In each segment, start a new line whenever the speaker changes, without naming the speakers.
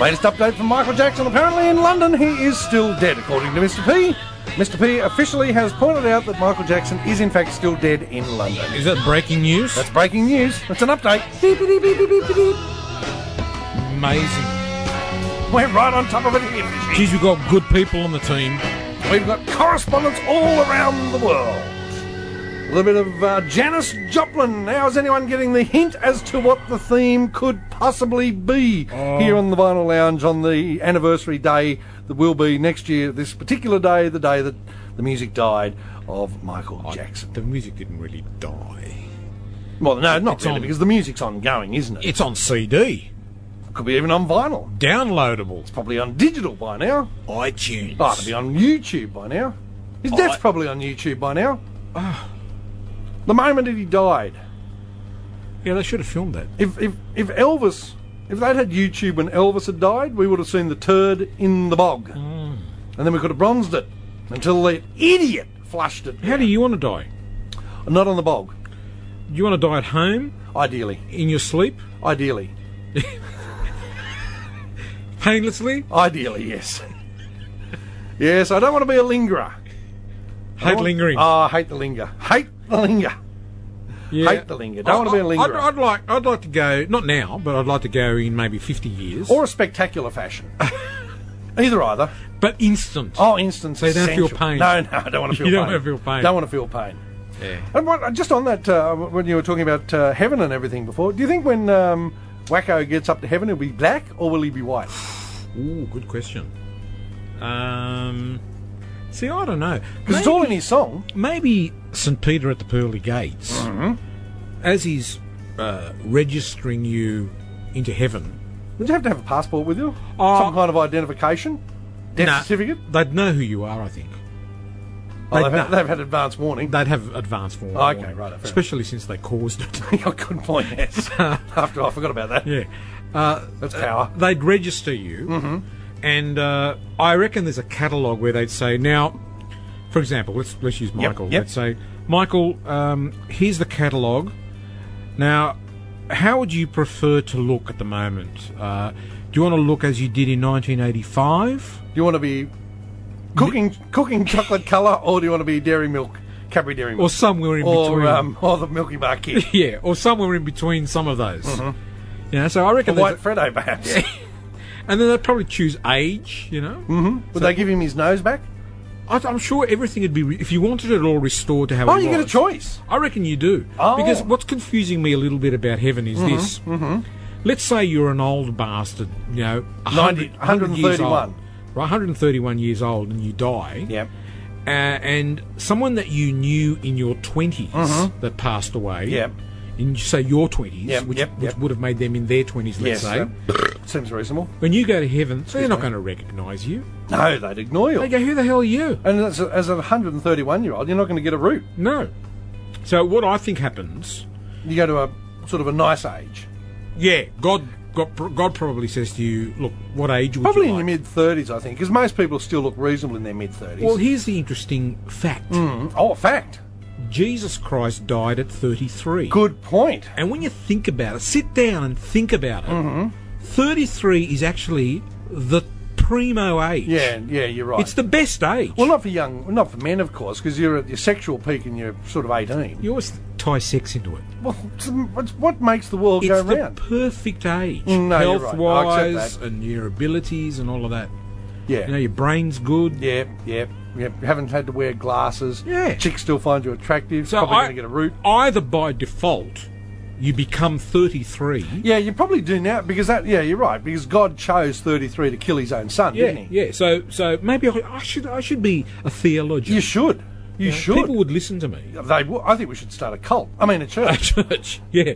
Latest update from Michael Jackson. Apparently, in London, he is still dead, according to Mr. P. Mr. P officially has pointed out that Michael Jackson is, in fact, still dead in London.
Is that breaking news?
That's breaking news. That's an update. Beep, beep, beep, beep, beep, beep.
amazing.
We're right on top of it here, Fishy.
Geez, we've got good people on the team.
We've got correspondents all around the world. A little bit of uh, Janis Joplin. Now, is anyone getting the hint as to what the theme could possibly be
Oh.
here on the Vinyl Lounge on the anniversary day that will be next year, this particular day, the day that the music died of Michael Jackson?
The music didn't really die.
Well, no, not
It's
really,
on-
because the music's ongoing, isn't it?
It's on CD,
It could be even on vinyl.
downloadable,
Probably on digital by now.
iTunes.
Oh, it'll be on YouTube by now. His
Oh,
death's
I-
probably on YouTube by now. Ah. The moment that he died,
yeah, they should have filmed that.
if if if Elvis, if they'd had YouTube when Elvis had died, we would have seen the turd in the bog, and then we could have bronzed it until the idiot flushed it.
How do you want to die?
Not on the bog,
Do you want to die at home,
ideally,
in your sleep,
ideally,
painlessly?
ideally, yes, yes. I don't want to be a lingerer. I
Hate
want-
lingering.
Oh, I hate the linger. Hate the linger.
Yeah.
hate the linger. Don't want to be a
I'd,
lingerer.
I'd like, I'd like to go, not now, but I'd like to go in maybe 50 years.
or a spectacular fashion. either, either.
but instant.
Oh, instant.
So you don't feel
essential.
pain.
No, no, I don't want to feel
You
pain.
don't wanna feel pain.
Don't want to feel pain.
Yeah.
And what, just on that, uh, when you were talking about uh, heaven and everything before, do you think when um, Wacko gets up to heaven, he'll be black or will he be white?
Ooh, good question. Um, see, I don't know.
Because it's all in his song.
maybe St. Peter at the Pearly Gates,
Mm-hmm.
as he's uh, registering you into heaven,
Would you have to have a passport with you?
Oh.
Some kind of identification? Death
Nah,
certificate?
they'd know who you are, I think.
Oh, they've,
They'd
had,
know.
they've had advance warning.
They'd have advanced warning.
Okay, right, fair
Especially since they caused it.
Your Oh, Good point, yes. After all, I forgot about that.
yeah. Uh,
That's power.
they'd register you,
Mm-hmm.
and uh, I reckon there's a catalogue where they'd say, now, for example, let's let's use Michael.
yep.
Let's say, Michael, um, here's the catalogue. Now, how would you prefer to look at the moment? Uh, do you want to look as you did in 1985?
Do you want to be cooking cooking chocolate colour or do you want to be dairy milk, Cadbury dairy
Or
milk?
somewhere in between.
or, um, or the Milky Bar Kid?
yeah, or somewhere in between some of those.
Mm-hmm.
You know, so I reckon,
White
there's-
Fredo, perhaps.
and then they'd probably choose age. You know,
Would they give him his nose back?
I, I'm sure everything would be re- if you wanted it all restored to how
Oh,
it
you get a
was.
choice.
I reckon you do.
Oh. Mm-hmm,
Because what's confusing me a little bit about heaven is this. Let's say you're an old bastard, you know, 100, 100 years old.
131.
Right, 131 years old and you die.
Yep.
Uh, and someone that you knew in your 20s that passed away.
Mm-hmm. Yep.
In, say, your 20s,
Yep,
which,
yep,
which
yep.
would have made them in their 20s, let's
Yes.
say.
yep. Seems reasonable.
When you go to heaven, they're not going to recognise you.
No, they'd ignore
They
you.
go, who the hell are you?
And as a, as a 131 year old, you're not going to get a root.
No. So what I think happens
You go to a sort of a nice age.
Yeah, God, God, God probably says to you, look, what age would
Probably
you
in your
like?
mid 30s, I think, because most people still look reasonable in their mid 30s.
Well, here's the interesting fact:
oh, a fact.
Jesus Christ died at 33.
Good point.
And when you think about it, sit down and think about it.
Mm-hmm.
33 is actually the primo age.
Yeah, yeah, you're right.
it's the best age.
well, not for young, not for men, of course, because you're at your sexual peak and you're sort of 18.
you always tie sex into it.
Well, it's, it's what makes the world
It's
go
the
round.
perfect age,
Mm, no, you're right. I accept
health-wise
that.
and your abilities and all of that.
Yeah.
You know, your brain's good.
Yeah, yeah, yeah. You haven't had to wear glasses.
Yeah.
Chicks still find you attractive.
So
probably
I-
going to get a root.
Either by default, you become 33.
Yeah, you probably do now because that. Yeah, you're right because God chose 33 to kill his own son,
Yeah,
didn't he?
yeah. So, so maybe I, I should, I should be a theologian.
You should. You
You know,
should.
People would listen to me.
They. w- I think we should start a cult. I mean, a
A
church.
church, yeah.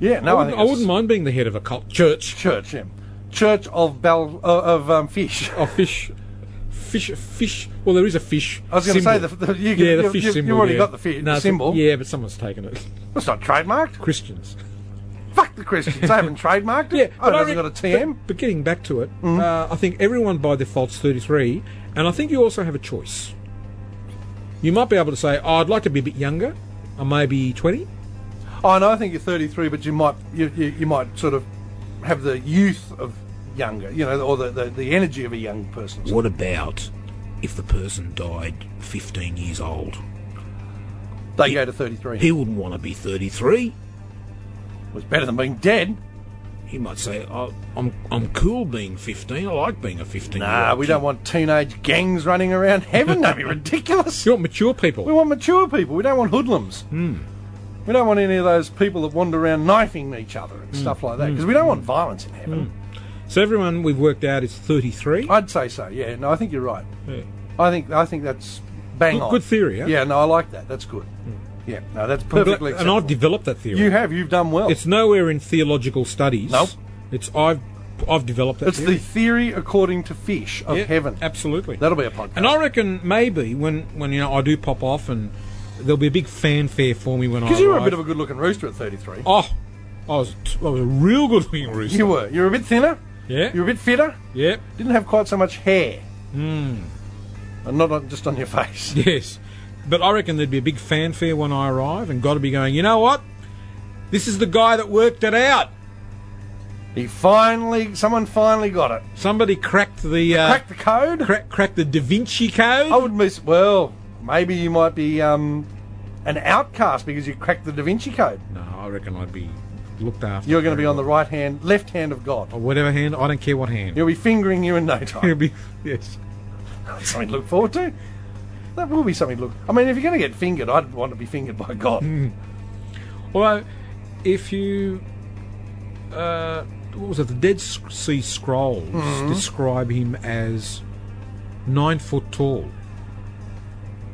Yeah. No,
I
I,
wouldn't,
think
I
it's
wouldn't mind being the head of a cult church
Church. Yeah. Church of Bal uh, of um, fish.
of fish, fish, fish. Well, there is a fish.
I was going to say the, the you,
yeah, the
you,
fish
you,
symbol.
You've already
yeah.
got the, fi-
No,
the
it's a-
symbol.
Yeah, but someone's taken it.
It's not trademarked.
Christians.
Fuck the Christians. They haven't trademarked it.
Yeah,
Oh, it hasn't
reck-
got a TM.
But, but getting back to it,
Mm-hmm.
uh, I think everyone by default's 33, and I think you also have a choice. You might be able to say, oh, "I'd like to be a bit younger, or maybe 20."
Oh, no, I think you're 33, but you might you, you, you might sort of have the youth of younger, you know, or the, the, the energy of a young person.
What about if the person died 15 years old?
They go to 33.
He wouldn't want to be 33.
It was better than being dead.
He might say, oh, "I'm I'm cool being 15. I like being a 15."
Nah, we don't want teenage gangs running around heaven. That'd be ridiculous.
You want mature
We
people.
want mature people. We don't want hoodlums.
Hmm.
We don't want any of those people that wander around knifing each other
Hmm.
and stuff like that because we don't want violence in heaven.
So everyone we've worked out is 33.
I'd say so. Yeah. No, I think you're right.
Yeah.
I think I think that's bang
Good-
on.
good theory, huh?
Yeah. No, I like that. That's good. Yeah. No, that's
But-
perfectly.
and I've
acceptable.
developed that theory.
You have. You've done well.
It's nowhere in theological studies.
Nope.
It's I've I've developed that.
It's the
theory.
theory according to fish of
Yeah,
heaven.
Absolutely.
That'll be a podcast.
and I reckon maybe when when you know I do pop off and there'll be a big fanfare for me when I.
Because you were a
arrive.
bit of a good-looking rooster at 33.
Oh, I was I was a real good looking rooster.
You were. You were a bit thinner.
Yeah.
You were a bit fitter.
yeah.
Didn't have quite so much hair.
Hmm.
Mm. And not on, just on your face.
Yes. But I reckon there'd be a big fanfare when I arrive and got to be going. You know what? This is the guy that worked it out.
He finally, someone finally got it.
Somebody cracked the uh,
Cracked the code.
crack, cracked the Da Vinci Code.
I would miss. Well, maybe you might be um, an outcast because you cracked the Da Vinci Code.
No, I reckon I'd be looked after.
You're going to be on the right hand, left hand of God.
Or whatever hand. I don't care what hand.
He'll be fingering you in no
You'll
time.
be yes.
That's something to look forward to. That will be something to look. I mean, if you're going to get fingered, I'd want to be fingered by God.
Although, if you, uh, what was it? The Dead S- Sea Scrolls
Mm-hmm.
describe him as nine foot tall.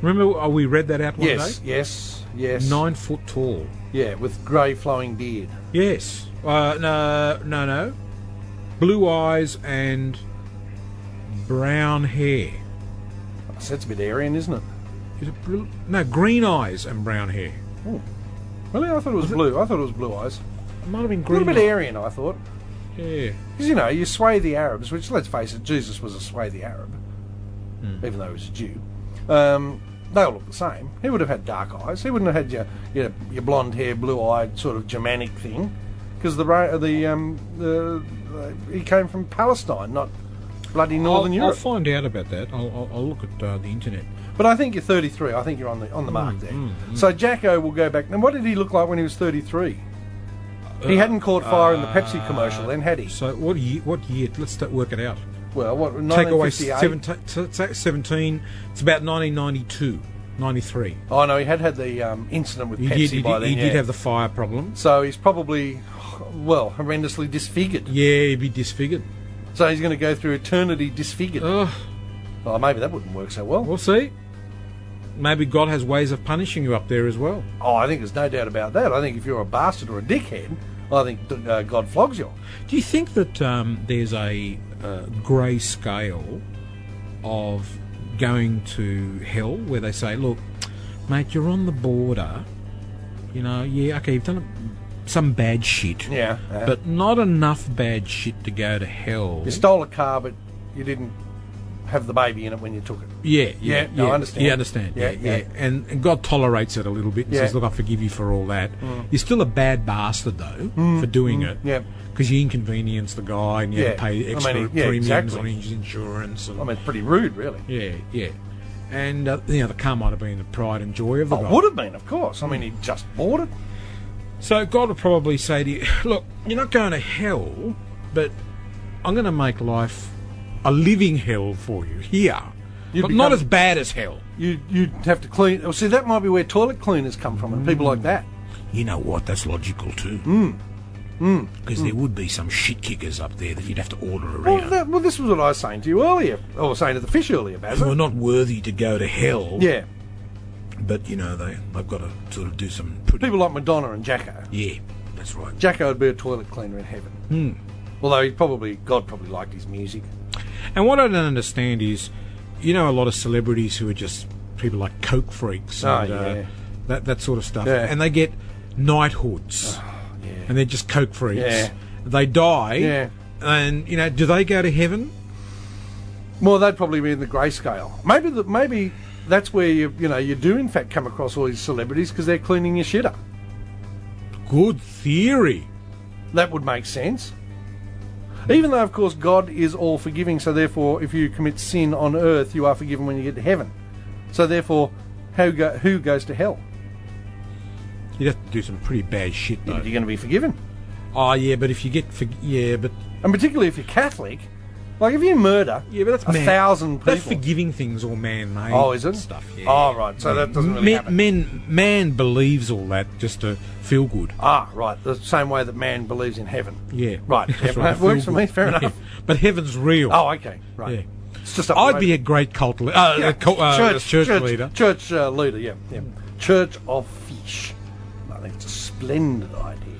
Remember, uh, we read that out one
Yes,
day.
yes, yes.
Nine foot tall.
Yeah, with grey flowing beard.
Yes. Uh, no, no, no. Blue eyes and brown hair.
So that's a bit Aryan, isn't it?
Is it blue? No, green eyes and brown hair.
Really, I thought it was blue. I thought it was blue eyes.
It might have been
A
green.
little bit
eyes.
Aryan, I thought.
Yeah.
Because, you know, you sway the Arabs, which, let's face it, Jesus was a sway the Arab,
Hmm.
even though he was a Jew. Um, they all look the same. He would have had dark eyes. He wouldn't have had your, your, your blonde hair, blue eyed sort of Germanic thing. Because the, ra- the, um, the, uh, he came from Palestine, not bloody Northern
I'll, I'll
Europe.
find out about that. I'll, I'll, I'll look at uh, the internet.
But I think you're 33. I think you're on the on the
Hmm,
mark there. So Jacko will go back. Now, what did he look like when he was 33? He
Uh,
hadn't caught fire in the Pepsi commercial then, had he?
So what year? What year? Let's start, work it out.
Well, what
Take away
1958?
17, t- t- 17. It's about 1992, 93.
Oh no, he had had the um, incident with
He,
Pepsi
did, he,
by
did,
then.
he
yeah.
did have the fire problem.
So he's probably, well, horrendously disfigured.
Yeah, he'd be disfigured.
So he's going to go through eternity disfigured.
Ugh,
oh, maybe that wouldn't work so well.
we'll see. Maybe God has ways of punishing you up there as well.
Oh, I think there's no doubt about that. I think if you're a bastard or a dickhead, I think uh, God flogs you.
Do you think that um, there's a uh, grey scale of going to hell where they say, look, mate, you're on the border. You know, yeah, okay, you've done some bad shit.
Yeah. uh,
But not enough bad shit to go to hell.
you stole a car, but you didn't have the baby in it when you took it.
yeah, yeah,
Yeah, no, I understand.
You understand. Yeah,
Yeah,
yeah.
yeah.
And, and God tolerates it a little bit and
Yeah. Mm.
says, look, I forgive you for all that. You're still a bad bastard, though, for doing it.
yeah.
Because you inconvenience the guy and you
Yeah.
have to pay
I
extra
mean, yeah,
premiums
exactly.
on his insurance. And,
I mean, it's pretty rude, really.
yeah, yeah. And, uh, you know, the car might have been the pride and joy of the
Oh,
guy.
would have been, of course. I mean, he just bought it.
So God will probably say to you, look, you're not going to hell, but I'm going to make life a living hell for you here.
You'd
but not
become-
as bad as hell.
You, you'd have to clean. Well, see, that might be where toilet cleaners come from and people like that.
You know what? That's logical too.
Hmm.
Because there would be some shit kickers up there that you'd have to order
Well,
around.
that, well, this was what I was saying to you earlier. I was saying to the fish earlier,
who
Basil.
are not worthy to go to hell.
Yeah,
But you know they they've got to sort of do some pretty.
people like Madonna and Jacko.
Yeah, that's right.
Jacko would be a toilet cleaner in heaven. Although he probably, God probably liked his music.
And what I don't understand is, you know, a lot of celebrities who are just people like coke freaks
Oh,
and
yeah.
uh, that that sort of stuff,
Yeah. Ah,
and they get knighthoods, and they're just coke freaks.
Yeah.
They die,
Yeah.
and you know, do they go to heaven?
Well, they'd probably be in the grayscale. Maybe the, maybe that's where you you know you do in fact come across all these celebrities because they're cleaning your shit up.
Good theory.
That would make sense. Even though, of course, God is all forgiving, so therefore, if you commit sin on earth, you are forgiven when you get to heaven. So therefore, how go, who goes to hell?
You'd have to do some pretty bad shit,
Yeah,
though.
but you're going to be forgiven.
Oh, yeah, but if you get. For, yeah, but.
And particularly if you're Catholic, like if you murder
Yeah, but that's
a
man-
thousand people.
That forgiving thing's all man made.
Oh, is it?
Stuff, yeah.
Oh, right. So that doesn't really
men,
happen.
men- man believes all that just to feel good.
Ah, right. The same way that man believes in heaven.
Yeah.
Right.
That's
Yeah, that
feel
works for
good.
me. Fair
Yeah.
enough.
But heaven's real.
Oh, okay. Right.
Yeah.
It's just up the
I'd
road.
be a great cult leader. Uh,
Yeah.
a cult- uh, church, church, leader.
Church uh, leader, yeah, yeah. Church of Fish. I think it's a splendid idea.